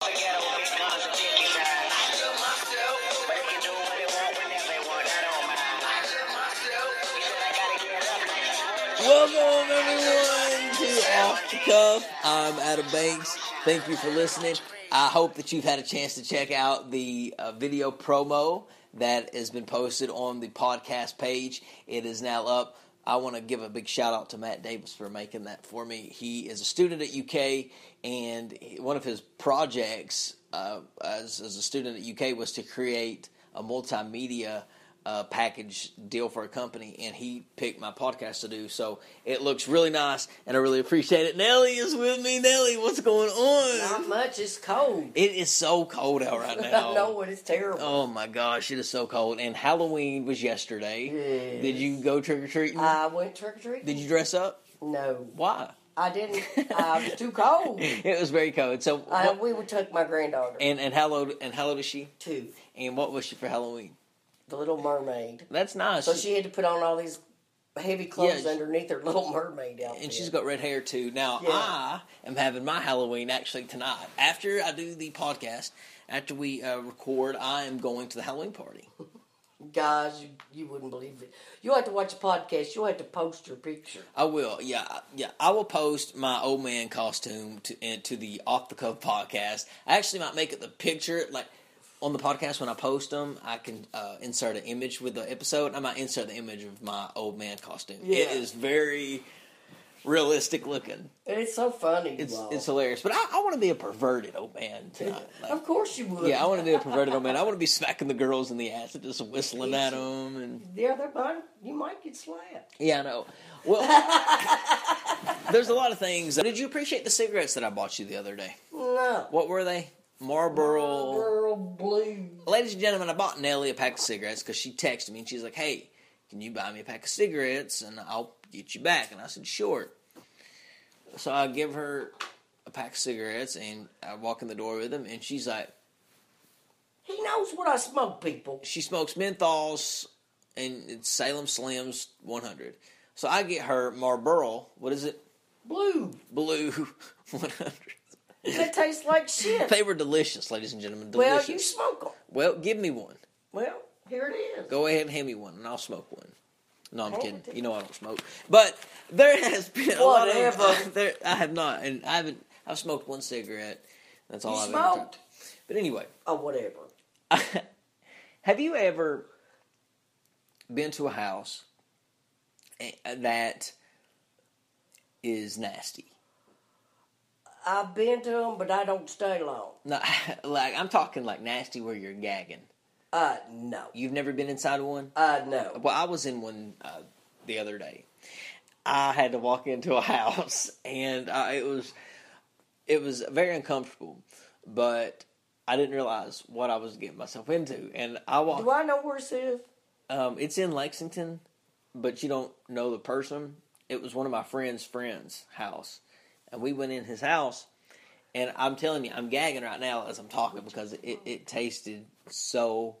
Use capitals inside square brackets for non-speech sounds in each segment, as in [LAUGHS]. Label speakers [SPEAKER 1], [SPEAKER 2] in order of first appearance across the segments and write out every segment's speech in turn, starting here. [SPEAKER 1] The ghetto bitch comes to take it down. But they can do what they want whenever they want. I don't mind. You said I gotta get up now.
[SPEAKER 2] Welcome everyone to Off the Cuff. I'm Adam Banks. Thank you for listening. I hope that you've had a chance to check out the uh, video promo that has been posted on the podcast page. It is now up. I want to give a big shout out to Matt Davis for making that for me. He is a student at UK, and he- one of his projects uh, as, as a student at UK was to create a multimedia uh, package deal for a company, and he picked my podcast to do. So it looks really nice, and I really appreciate it. Nelly is with me. Nelly, what's going on?
[SPEAKER 3] Not much. It's cold. [LAUGHS]
[SPEAKER 2] It is so cold out right now.
[SPEAKER 3] I know it is terrible.
[SPEAKER 2] Oh my gosh, it is so cold. And Halloween was yesterday.
[SPEAKER 3] Yes.
[SPEAKER 2] Did you go trick or treating?
[SPEAKER 3] I went trick or treating.
[SPEAKER 2] Did you dress up?
[SPEAKER 3] No,
[SPEAKER 2] Why? [LAUGHS]
[SPEAKER 3] I didn't. I was too cold.
[SPEAKER 2] It was very cold. So
[SPEAKER 3] Mm.
[SPEAKER 2] [LAUGHS]
[SPEAKER 3] I,
[SPEAKER 2] what-
[SPEAKER 3] we would take my granddaughter
[SPEAKER 2] and and how and how old is she?
[SPEAKER 3] to
[SPEAKER 2] And what was she for Halloween?
[SPEAKER 3] the Little Mermaid.
[SPEAKER 2] That's nice.
[SPEAKER 3] So she had to put on all these heavy clothes
[SPEAKER 2] Yeah, she-
[SPEAKER 3] underneath her Little Mermaid outfit.
[SPEAKER 2] and she's got red hair too. Now
[SPEAKER 3] Yeah.
[SPEAKER 2] I am having my Halloween actually tonight. After I do the podcast, after we uh, record, I am going to the Halloween party.
[SPEAKER 3] Guys, you, you wouldn't believe it. You have to watch the podcast. You have to post your picture.
[SPEAKER 2] I will. Yeah, yeah. I will post my old man costume to into the off the cuff podcast. I actually might make it the picture like on the podcast when I post them. I can uh, insert an image with the episode. I might insert the image of my old man costume. It
[SPEAKER 3] Yeah.
[SPEAKER 2] is very realistic looking.
[SPEAKER 3] And it's so funny. you
[SPEAKER 2] It's
[SPEAKER 3] all.
[SPEAKER 2] it's hilarious. But I, I want to be a perverted old man
[SPEAKER 3] [LAUGHS]
[SPEAKER 2] tonight. Like,
[SPEAKER 3] of course you would.
[SPEAKER 2] yeah, I want to be a perverted old man. I want to be smacking the girls in the ass and just whistling at them and.
[SPEAKER 3] Yeah, they might, you might get slapped.
[SPEAKER 2] Yeah, I know. Well, [LAUGHS] there's a lot of things. Did you appreciate the cigarettes that I bought you the other day?
[SPEAKER 3] No.
[SPEAKER 2] What were they? Marlboro.
[SPEAKER 3] Girl blue.
[SPEAKER 2] Ladies and gentlemen, I bought Nellie a pack of cigarettes because she texted me and she's like, hey, can you buy me a pack of cigarettes and I'll get you back? And I said, sure. So I give her a pack of cigarettes and I walk in the door with them and she's like,
[SPEAKER 3] He knows what I smoke, people.
[SPEAKER 2] she smokes menthols and it's Salem Slims 100. So I get her Marlboro, what is it?
[SPEAKER 3] Blue.
[SPEAKER 2] Blue [LAUGHS] 100.
[SPEAKER 3] It tastes like shit.
[SPEAKER 2] They were delicious, ladies and gentlemen.
[SPEAKER 3] Well, you
[SPEAKER 2] Delicious.
[SPEAKER 3] smoke them.
[SPEAKER 2] Well, give me one.
[SPEAKER 3] Well, here it is.
[SPEAKER 2] Go ahead and hand me one, and I'll smoke one. No, I'm
[SPEAKER 3] Oh,
[SPEAKER 2] kidding.
[SPEAKER 3] dear.
[SPEAKER 2] You know I don't smoke. But there has been a lot
[SPEAKER 3] Whatever.
[SPEAKER 2] of [LAUGHS] there. I have not, and I haven't. I've smoked one cigarette. That's all
[SPEAKER 3] You
[SPEAKER 2] I've ever
[SPEAKER 3] smoked?
[SPEAKER 2] tried. But anyway,
[SPEAKER 3] Or whatever.
[SPEAKER 2] have you ever been to a house eh, that is nasty?
[SPEAKER 3] I've been to them, but I don't stay long.
[SPEAKER 2] No, [LAUGHS] like I'm talking like nasty where you're gagging.
[SPEAKER 3] Uh, no.
[SPEAKER 2] You've never been inside one?
[SPEAKER 3] Uh, no.
[SPEAKER 2] Well, I was in one uh, the other day. I had to walk into a [LAUGHS] house, and uh, it was it was very uncomfortable, but I didn't realize what I was getting myself into. And I
[SPEAKER 3] Do
[SPEAKER 2] walked.
[SPEAKER 3] I know where it is?
[SPEAKER 2] Um, it's in Lexington, but you don't know the person. It was one of my friend's friend's house, and we went in his house. And I'm telling you, I'm gagging right now as I'm talking because it, it tasted so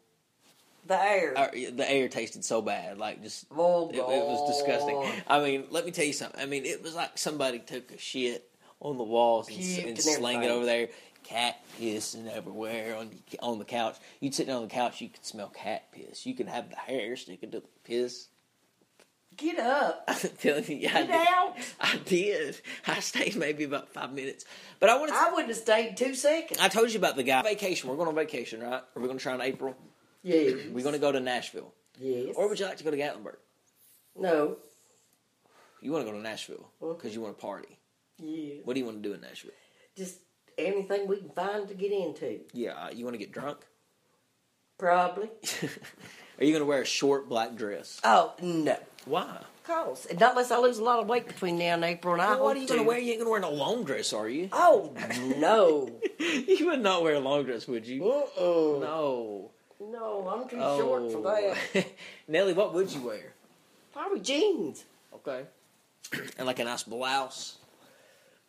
[SPEAKER 3] The air.
[SPEAKER 2] our, the air tasted so bad, like just
[SPEAKER 3] Oh,
[SPEAKER 2] it, it was disgusting.
[SPEAKER 3] God.
[SPEAKER 2] I mean, let me tell you something. I mean, it was like somebody took a shit on the walls and,
[SPEAKER 3] Puked
[SPEAKER 2] and,
[SPEAKER 3] and
[SPEAKER 2] slang it
[SPEAKER 3] everything.
[SPEAKER 2] over there. Cat pissing everywhere on on the couch. You'd sit down on the couch, you could smell cat piss. You could have the hair sticking to the piss. [LAUGHS]
[SPEAKER 3] Get up.
[SPEAKER 2] I'm telling you, yeah, [LAUGHS] I
[SPEAKER 3] Get
[SPEAKER 2] did.
[SPEAKER 3] out.
[SPEAKER 2] I did. I stayed maybe about five minutes, but I wanted. To,
[SPEAKER 3] I wouldn't have stayed two seconds.
[SPEAKER 2] I told you about the guy vacation. We're going on vacation, right? Are we going to try in April?
[SPEAKER 3] Yes. [CLEARS THROAT]
[SPEAKER 2] We're going to go to Nashville,
[SPEAKER 3] Yes.
[SPEAKER 2] or would you like to go to Gatlinburg?
[SPEAKER 3] No.
[SPEAKER 2] You want to go to Nashville because you want to party.
[SPEAKER 3] Yeah.
[SPEAKER 2] What do you want to do in Nashville?
[SPEAKER 3] Just anything we can find to get into.
[SPEAKER 2] Yeah, uh, you want to get drunk? [LAUGHS]
[SPEAKER 3] Probably.
[SPEAKER 2] Are you going to wear a short black dress?
[SPEAKER 3] Oh, no.
[SPEAKER 2] Why?
[SPEAKER 3] Course. And not unless I lose a lot of weight between now and April, and I
[SPEAKER 2] Well, what
[SPEAKER 3] hope
[SPEAKER 2] are you going to
[SPEAKER 3] to.
[SPEAKER 2] wear? You ain't going to wear no long dress, are you?
[SPEAKER 3] Oh, no.
[SPEAKER 2] [LAUGHS] you would not wear a long dress, would you?
[SPEAKER 3] Uh-oh.
[SPEAKER 2] No.
[SPEAKER 3] No, I'm too
[SPEAKER 2] Oh.
[SPEAKER 3] short for that.
[SPEAKER 2] [LAUGHS] Nelly, what would you wear?
[SPEAKER 3] Probably jeans.
[SPEAKER 2] Okay. [CLEARS THROAT] and like a nice blouse.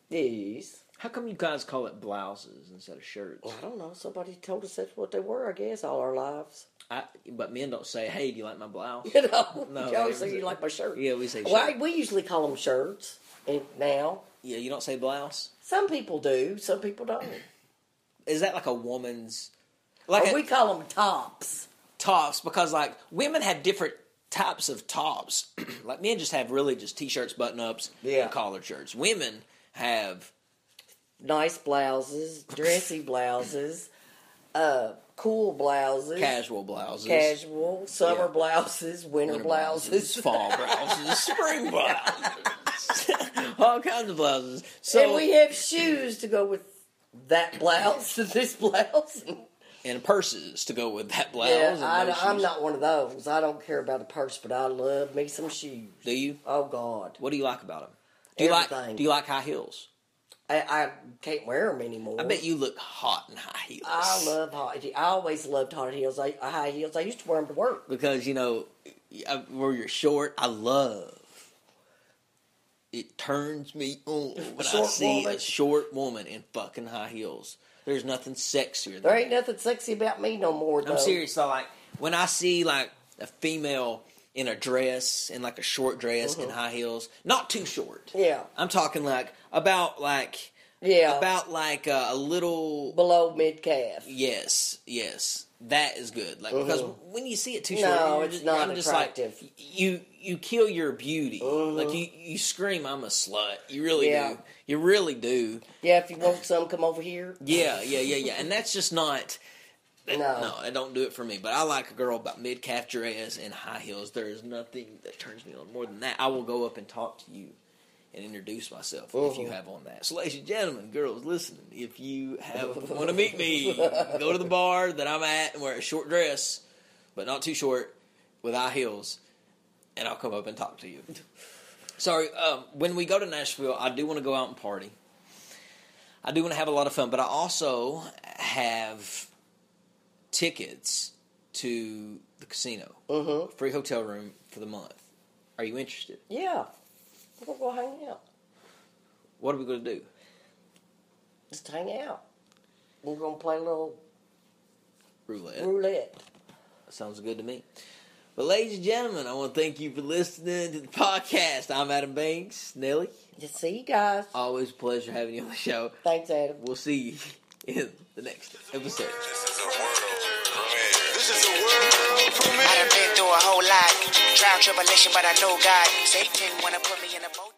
[SPEAKER 3] Yes.
[SPEAKER 2] How come you guys call it blouses instead of shirts?
[SPEAKER 3] Well, I don't know. Somebody told us that's what they were, I guess, all our lives. [LAUGHS]
[SPEAKER 2] I, but men don't say, "Hey, do you like my blouse?"
[SPEAKER 3] You know?
[SPEAKER 2] No,
[SPEAKER 3] No, you always
[SPEAKER 2] it was-
[SPEAKER 3] say you like my shirt.
[SPEAKER 2] Yeah, we say. Shirt.
[SPEAKER 3] Well, we usually call them shirts and now.
[SPEAKER 2] Yeah, you don't say blouse.
[SPEAKER 3] Some people do, some people don't.
[SPEAKER 2] is that like a woman's like
[SPEAKER 3] Or
[SPEAKER 2] a,
[SPEAKER 3] we call them tops.
[SPEAKER 2] tops because like women have different types of tops. [CLEARS THROAT] like men just have really just t-shirts, button ups,
[SPEAKER 3] Yeah.
[SPEAKER 2] and collared shirts. Women have
[SPEAKER 3] Nice blouses, dressy blouses, uh, cool blouses,
[SPEAKER 2] casual blouses,
[SPEAKER 3] casual, summer
[SPEAKER 2] Yeah.
[SPEAKER 3] blouses, winter,
[SPEAKER 2] winter
[SPEAKER 3] blouses.
[SPEAKER 2] fall
[SPEAKER 3] [LAUGHS]
[SPEAKER 2] blouses, spring blouses, [LAUGHS] all kinds of blouses. So
[SPEAKER 3] and we have shoes to go with that blouse [LAUGHS] to this blouse.
[SPEAKER 2] and purses to go with that blouse.
[SPEAKER 3] yeah,
[SPEAKER 2] and
[SPEAKER 3] I,
[SPEAKER 2] those
[SPEAKER 3] I'm
[SPEAKER 2] shoes.
[SPEAKER 3] not one of those. I don't care about a purse, but I love me some shoes.
[SPEAKER 2] Do you?
[SPEAKER 3] Oh God,
[SPEAKER 2] What do you like about them? Do you like?
[SPEAKER 3] Everything.
[SPEAKER 2] Do you like high heels?
[SPEAKER 3] I, I can't wear them anymore.
[SPEAKER 2] I bet you look hot in high heels.
[SPEAKER 3] I love high. I always loved high heels. I, high heels. I used to wear them to work.
[SPEAKER 2] because you know I- where you're short i love it turns me on when i
[SPEAKER 3] Short
[SPEAKER 2] see a
[SPEAKER 3] woman.
[SPEAKER 2] short woman in fucking high heels there's nothing sexier
[SPEAKER 3] There
[SPEAKER 2] than
[SPEAKER 3] ain't nothing sexy about me no more. Though.
[SPEAKER 2] i'm serious so like when i see like a female in a dress in like a short dress and high heels not too short
[SPEAKER 3] Mm-hmm. Yeah,
[SPEAKER 2] i'm talking like about like
[SPEAKER 3] yeah.
[SPEAKER 2] about like a, a little
[SPEAKER 3] below mid calf.
[SPEAKER 2] Yes, yes, that is good. Like because when you see it too short,
[SPEAKER 3] Mm-hmm. No,
[SPEAKER 2] you're
[SPEAKER 3] it's
[SPEAKER 2] just-
[SPEAKER 3] not
[SPEAKER 2] I'm just
[SPEAKER 3] attractive. Mm-hmm.
[SPEAKER 2] like you you kill your beauty. Like you you scream, I'm a slut. You really
[SPEAKER 3] Yeah.
[SPEAKER 2] do. You really do.
[SPEAKER 3] Yeah, if you want some, come over here.
[SPEAKER 2] Yeah, yeah, yeah, yeah. And that's just not. that-
[SPEAKER 3] No.
[SPEAKER 2] no, that don't do it for me. But I like a girl about mid calf dress and high heels. There is nothing that turns me on more than that. I will go up and talk to you and introduce myself if you
[SPEAKER 3] Mhm.
[SPEAKER 2] have on that. So, ladies and gentlemen, girls, listen. If you have want to meet me, go to the bar that I'm at and wear a short dress, but not too short, with high heels, and I'll come up and talk to you. Sorry, um, when we go to Nashville, I do want to go out and party. I do want to have a lot of fun, but I also have tickets to the casino,
[SPEAKER 3] Mm-hmm.
[SPEAKER 2] free hotel room for the month. Are you interested?
[SPEAKER 3] Yeah, we're gonna go hang out.
[SPEAKER 2] What are we going to do?
[SPEAKER 3] Just hang out. We're gonna play a little
[SPEAKER 2] Roulette.
[SPEAKER 3] roulette.
[SPEAKER 2] Sounds good to me. But, ladies and gentlemen, I want to thank you for listening to the podcast. I'm Adam Banks. Nelly,
[SPEAKER 3] Just see you guys.
[SPEAKER 2] always a pleasure having you on the show.
[SPEAKER 3] Thanks, Adam.
[SPEAKER 2] We'll see you [LAUGHS] in the next episode.
[SPEAKER 4] This is a world premiere. This is a world premiere.
[SPEAKER 1] I done been through a whole lot. Trial, tribulation, but I know God. Satan wanna put me in a boat.